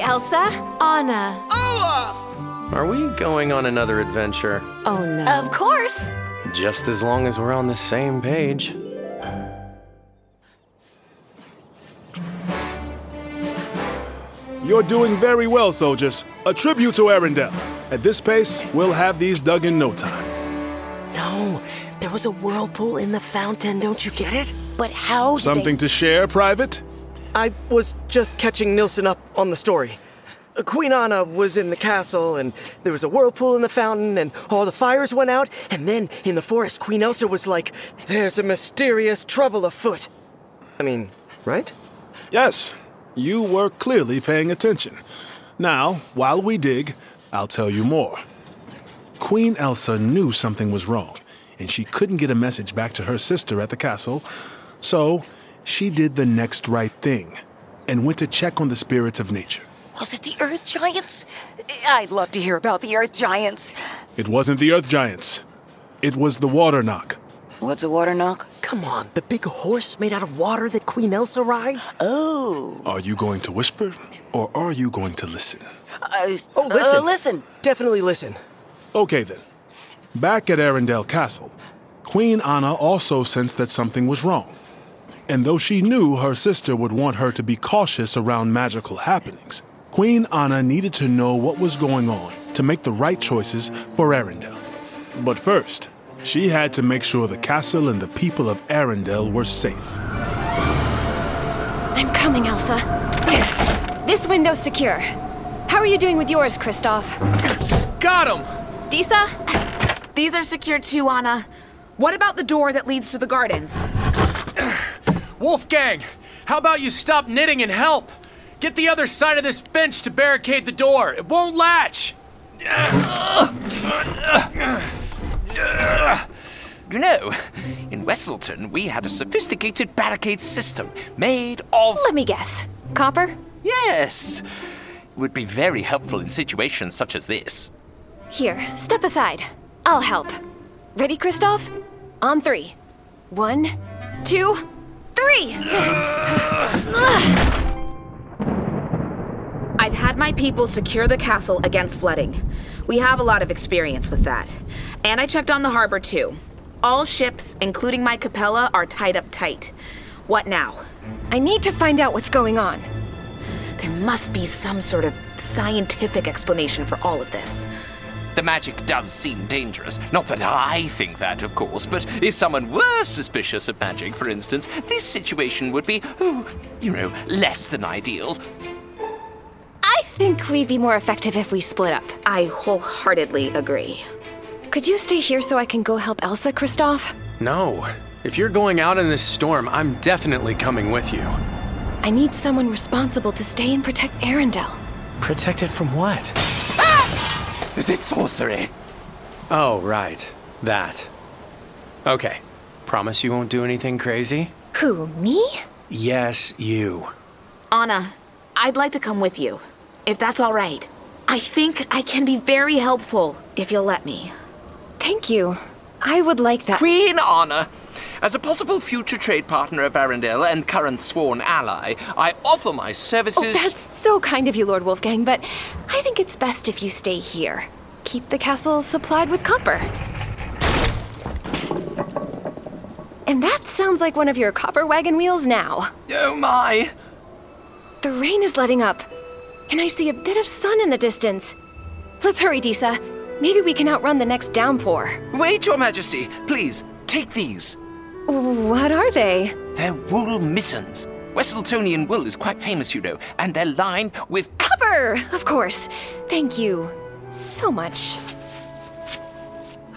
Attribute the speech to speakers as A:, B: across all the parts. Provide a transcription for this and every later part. A: Elsa, Anna.
B: Olaf!
C: Are we going on another adventure?
D: Oh no.
A: Of course.
C: Just as long as we're on the same page.
E: You're doing very well, soldiers. A tribute to Arendelle. At this pace, we'll have these dug in no time.
F: No, there was a whirlpool in the fountain, don't you get it? But how?
E: Something to share, Private?
F: I was just catching Nilsson up on the story. Uh, Queen Anna was in the castle, and there was a whirlpool in the fountain, and all the fires went out, and then in the forest, Queen Elsa was like, There's a mysterious trouble afoot. I mean, right?
E: Yes, you were clearly paying attention. Now, while we dig, I'll tell you more. Queen Elsa knew something was wrong, and she couldn't get a message back to her sister at the castle, so she did the next right thing and went to check on the spirits of nature.
G: Was it the Earth Giants? I'd love to hear about the Earth Giants.
E: It wasn't the Earth Giants, it was the Water Knock.
G: What's a water knock?
F: Come on, Uh, the big horse made out of water that Queen Elsa rides?
H: Oh.
E: Are you going to whisper, or are you going to listen?
G: Uh,
F: Oh, listen.
G: uh, listen.
F: Definitely listen.
E: Okay then. Back at Arendelle Castle, Queen Anna also sensed that something was wrong. And though she knew her sister would want her to be cautious around magical happenings, Queen Anna needed to know what was going on to make the right choices for Arendelle. But first, she had to make sure the castle and the people of Arendelle were safe.
A: I'm coming, Elsa. This window's secure. How are you doing with yours, Kristoff?
C: Got him!
A: Disa?
D: These are secure too, Anna. What about the door that leads to the gardens?
C: Wolfgang, how about you stop knitting and help? Get the other side of this bench to barricade the door. It won't latch.
I: You know, in Wesselton, we had a sophisticated barricade system made of.
A: Let me guess. Copper?
I: Yes! It would be very helpful in situations such as this.
A: Here, step aside. I'll help. Ready, Kristoff? On three. One, two, three!
D: I've had my people secure the castle against flooding. We have a lot of experience with that. And I checked on the harbor too. All ships, including my Capella, are tied up tight. What now?
A: I need to find out what's going on.
D: There must be some sort of scientific explanation for all of this.
I: The magic does seem dangerous. Not that I think that, of course, but if someone were suspicious of magic, for instance, this situation would be, oh, you know, less than ideal.
A: I think we'd be more effective if we split up.
D: I wholeheartedly agree.
A: Could you stay here so I can go help Elsa, Kristoff?
C: No. If you're going out in this storm, I'm definitely coming with you.
A: I need someone responsible to stay and protect Arendelle.
C: Protected from what?
I: Is it sorcery?
C: Oh, right. That. Okay. Promise you won't do anything crazy?
A: Who, me?
C: Yes, you.
D: Anna, I'd like to come with you, if that's all right. I think I can be very helpful if you'll let me.
A: Thank you. I would like that.
I: Queen Honor! As a possible future trade partner of Arendelle and current sworn ally, I offer my
A: Oh,
I: services.
A: that's so kind of you, Lord Wolfgang, but I think it's best if you stay here. Keep the castle supplied with copper. And that sounds like one of your copper wagon wheels now.
I: oh my!
A: The rain is letting up, and I see a bit of sun in the distance. Let's hurry, Disa. Maybe we can outrun the next downpour.
I: Wait, Your Majesty, please, take these.
A: What are they?
I: They're wool mittens. Wesseltonian wool is quite famous, you know, and they're lined with.
A: Copper! Of course. Thank you so much.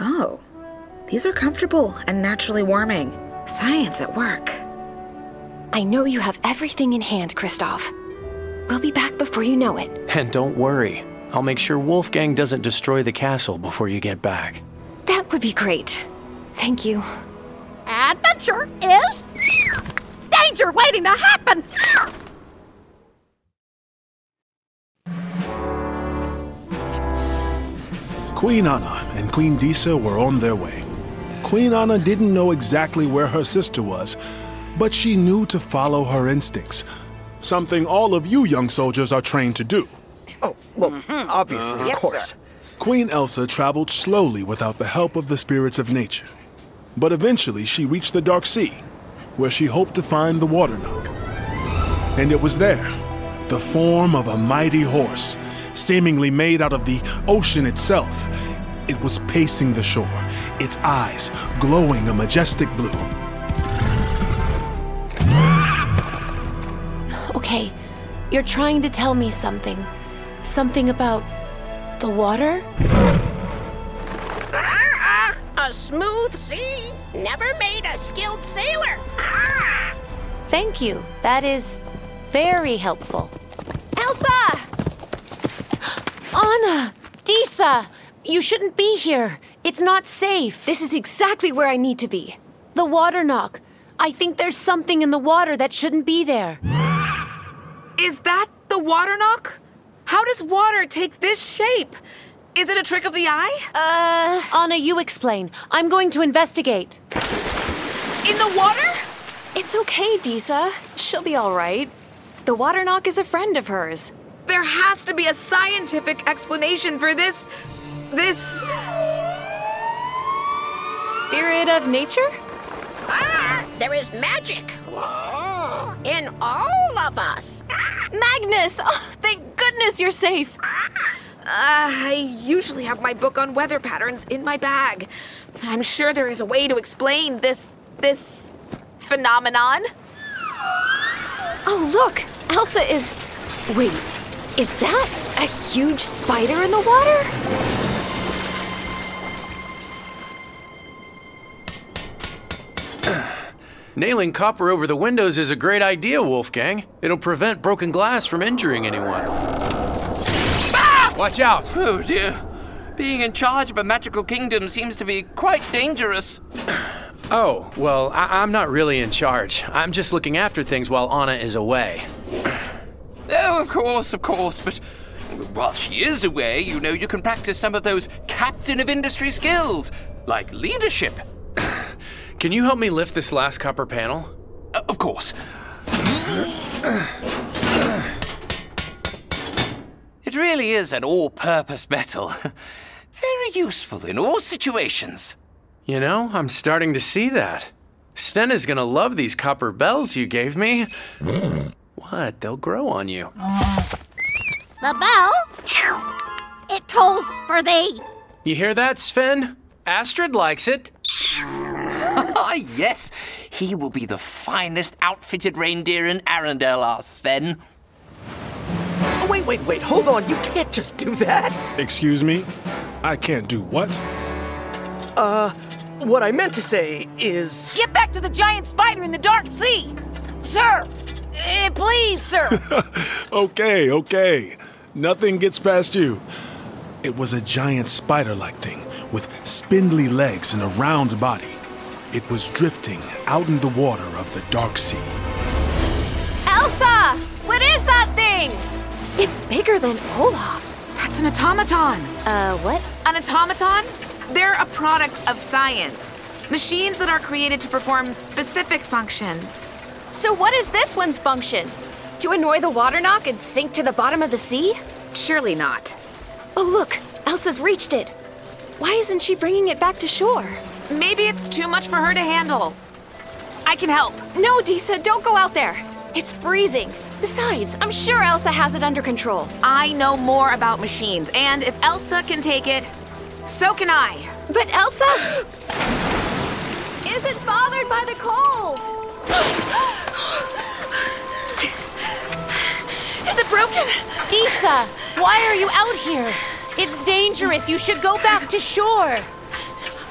D: Oh, these are comfortable and naturally warming. Science at work.
A: I know you have everything in hand, Kristoff. We'll be back before you know it.
C: And don't worry. I'll make sure Wolfgang doesn't destroy the castle before you get back.
A: That would be great. Thank you.
J: Adventure is danger waiting to happen.
E: Queen Anna and Queen Disa were on their way. Queen Anna didn't know exactly where her sister was, but she knew to follow her instincts, something all of you young soldiers are trained to do.
F: Oh, well, obviously, of
G: Yes, sir.
F: course.
E: Queen Elsa traveled slowly without the help of the spirits of nature. But eventually she reached the Dark Sea, where she hoped to find the Water Knock. And it was there, the form of a mighty horse, seemingly made out of the ocean itself. It was pacing the shore, its eyes glowing a majestic blue.
B: Okay, you're trying to tell me something. Something about the water?
H: A smooth sea never made a skilled sailor.
B: Thank you. That is very helpful.
A: Elsa!
B: Anna! Disa! You shouldn't be here. It's not safe.
A: This is exactly where I need to be.
B: The water knock. I think there's something in the water that shouldn't be there.
D: Is that the water knock? How does water take this shape? Is it a trick of the eye?
B: Anna, you explain. I'm going to investigate.
D: In the water?
A: It's okay, Disa. She'll be all right. The water knock is a friend of hers.
D: There has to be a scientific explanation for this. This.
A: Spirit of nature?
H: Ah, there is magic in all of us.
A: Magnus! Oh, thank goodness you're safe.
D: I usually have my book on weather patterns in my bag. I'm sure there is a way to explain this. this. phenomenon.
A: Oh, look! Elsa is. Wait, is that a huge spider in the water?
C: Nailing copper over the windows is a great idea, Wolfgang. It'll prevent broken glass from injuring anyone. Ah! Watch out!
I: Oh dear. Being in charge of a magical kingdom seems to be quite dangerous.
C: Oh, well, I- I'm not really in charge. I'm just looking after things while Anna is away.
I: Oh, of course, of course, but while she is away, you know, you can practice some of those captain of industry skills, like leadership.
C: Can you help me lift this last copper panel?
I: Uh, of course. It really is an all purpose metal. Very useful in all situations.
C: You know, I'm starting to see that. Sven is gonna love these copper bells you gave me. What? They'll grow on you.
J: The bell. It tolls for thee.
C: You hear that, Sven? Astrid likes it.
I: Ah, yes, he will be the finest outfitted reindeer in Arendelle, our Sven.
F: Oh, wait, wait, wait, hold on. You can't just do that.
E: Excuse me? I can't do what?
F: What I meant to say is
G: Get back to the giant spider in the dark sea! Sir! Eh, please, sir!
E: Okay, okay. Nothing gets past you. It was a giant spider like thing with spindly legs and a round body. It was drifting out in the water of the dark sea.
A: Elsa! What is that thing? It's bigger than Olaf.
D: That's an automaton.
A: Uh, what?
D: An automaton? They're a product of science. Machines that are created to perform specific functions.
A: So, what is this one's function? To annoy the water knock and sink to the bottom of the sea?
D: Surely not.
A: Oh, look! Elsa's reached it. Why isn't she bringing it back to shore?
D: Maybe it's too much for her to handle. I can help.
A: No, Disa, don't go out there. It's freezing. Besides, I'm sure Elsa has it under control.
D: I know more about machines, and if Elsa can take it, so can I.
A: But Elsa isn't bothered by the cold.
D: Is it broken?
B: Disa, why are you out here? It's dangerous. You should go back to shore.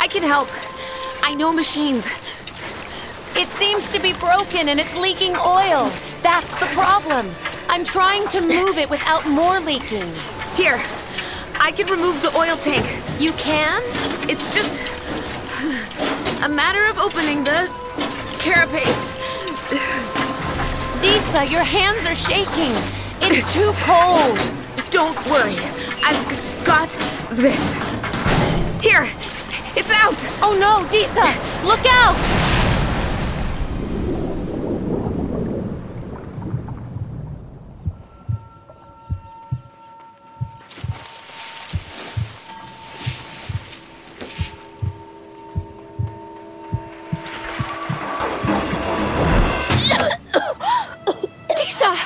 D: I can help. I know machines.
B: It seems to be broken and it's leaking oil. That's the problem. I'm trying to move it without more leaking.
D: Here, I can remove the oil tank.
B: You can?
D: It's just a matter of opening the carapace.
B: Disa, your hands are shaking. It's too cold.
D: Don't worry. I've g- got this. Here, it's out.
B: Oh no, Disa, look out!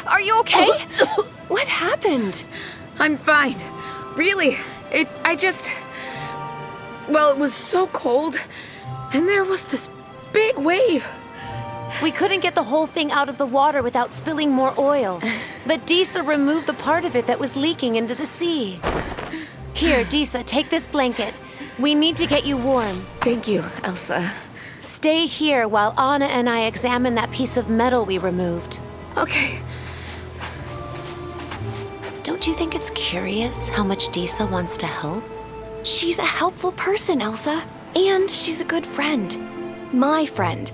A: Are you okay? what happened?
D: I'm fine. Really. It I just well, it was so cold and there was this big wave.
B: We couldn't get the whole thing out of the water without spilling more oil. But Disa removed the part of it that was leaking into the sea. Here, Disa, take this blanket. We need to get you warm.
D: Thank you, Elsa.
B: Stay here while Anna and I examine that piece of metal we removed.
D: Okay.
B: Don't you think it's curious how much Disa wants to help?
A: She's a helpful person, Elsa. And she's a good friend. My friend.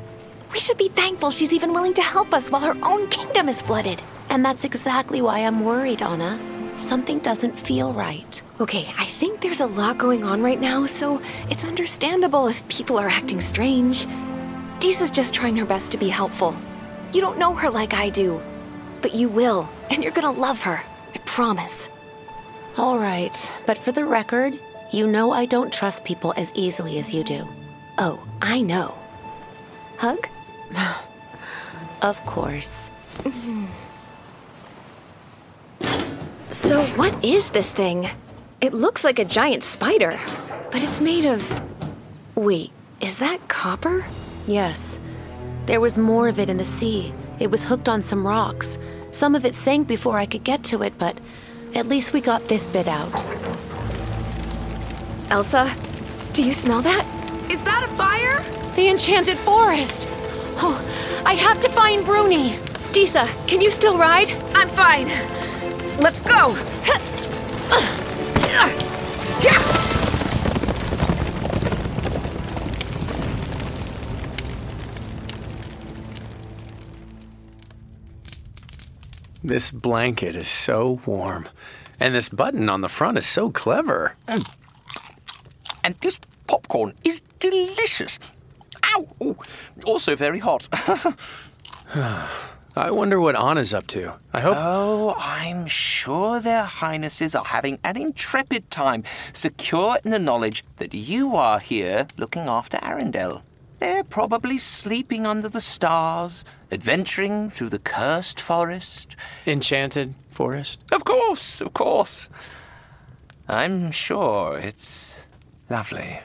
A: We should be thankful she's even willing to help us while her own kingdom is flooded.
B: And that's exactly why I'm worried, Anna. Something doesn't feel right.
A: Okay, I think there's a lot going on right now, so it's understandable if people are acting strange. Disa's just trying her best to be helpful. You don't know her like I do, but you will, and you're gonna love her. I promise.
B: All right, but for the record, you know I don't trust people as easily as you do.
A: Oh, I know. Hug?
B: Of course.
A: So, what is this thing? It looks like a giant spider, but it's made of. Wait, is that copper?
B: Yes. There was more of it in the sea. It was hooked on some rocks. Some of it sank before I could get to it, but at least we got this bit out.
A: Elsa, do you smell that?
D: Is that a fire?
B: The enchanted forest! Oh, I have to find Bruni!
A: Disa, can you still ride?
D: I'm fine. Let's go.
C: This blanket is so warm. And this button on the front is so clever.
I: And this popcorn is delicious. Ow! Ooh, also very hot.
C: I wonder what Anna's up to. I hope.
I: oh, I'm sure their highnesses are having an intrepid time, secure in the knowledge that you are here looking after Arendelle. They're probably sleeping under the stars, adventuring through the cursed forest.
C: Enchanted forest?
I: Of course, of course. I'm sure it's lovely.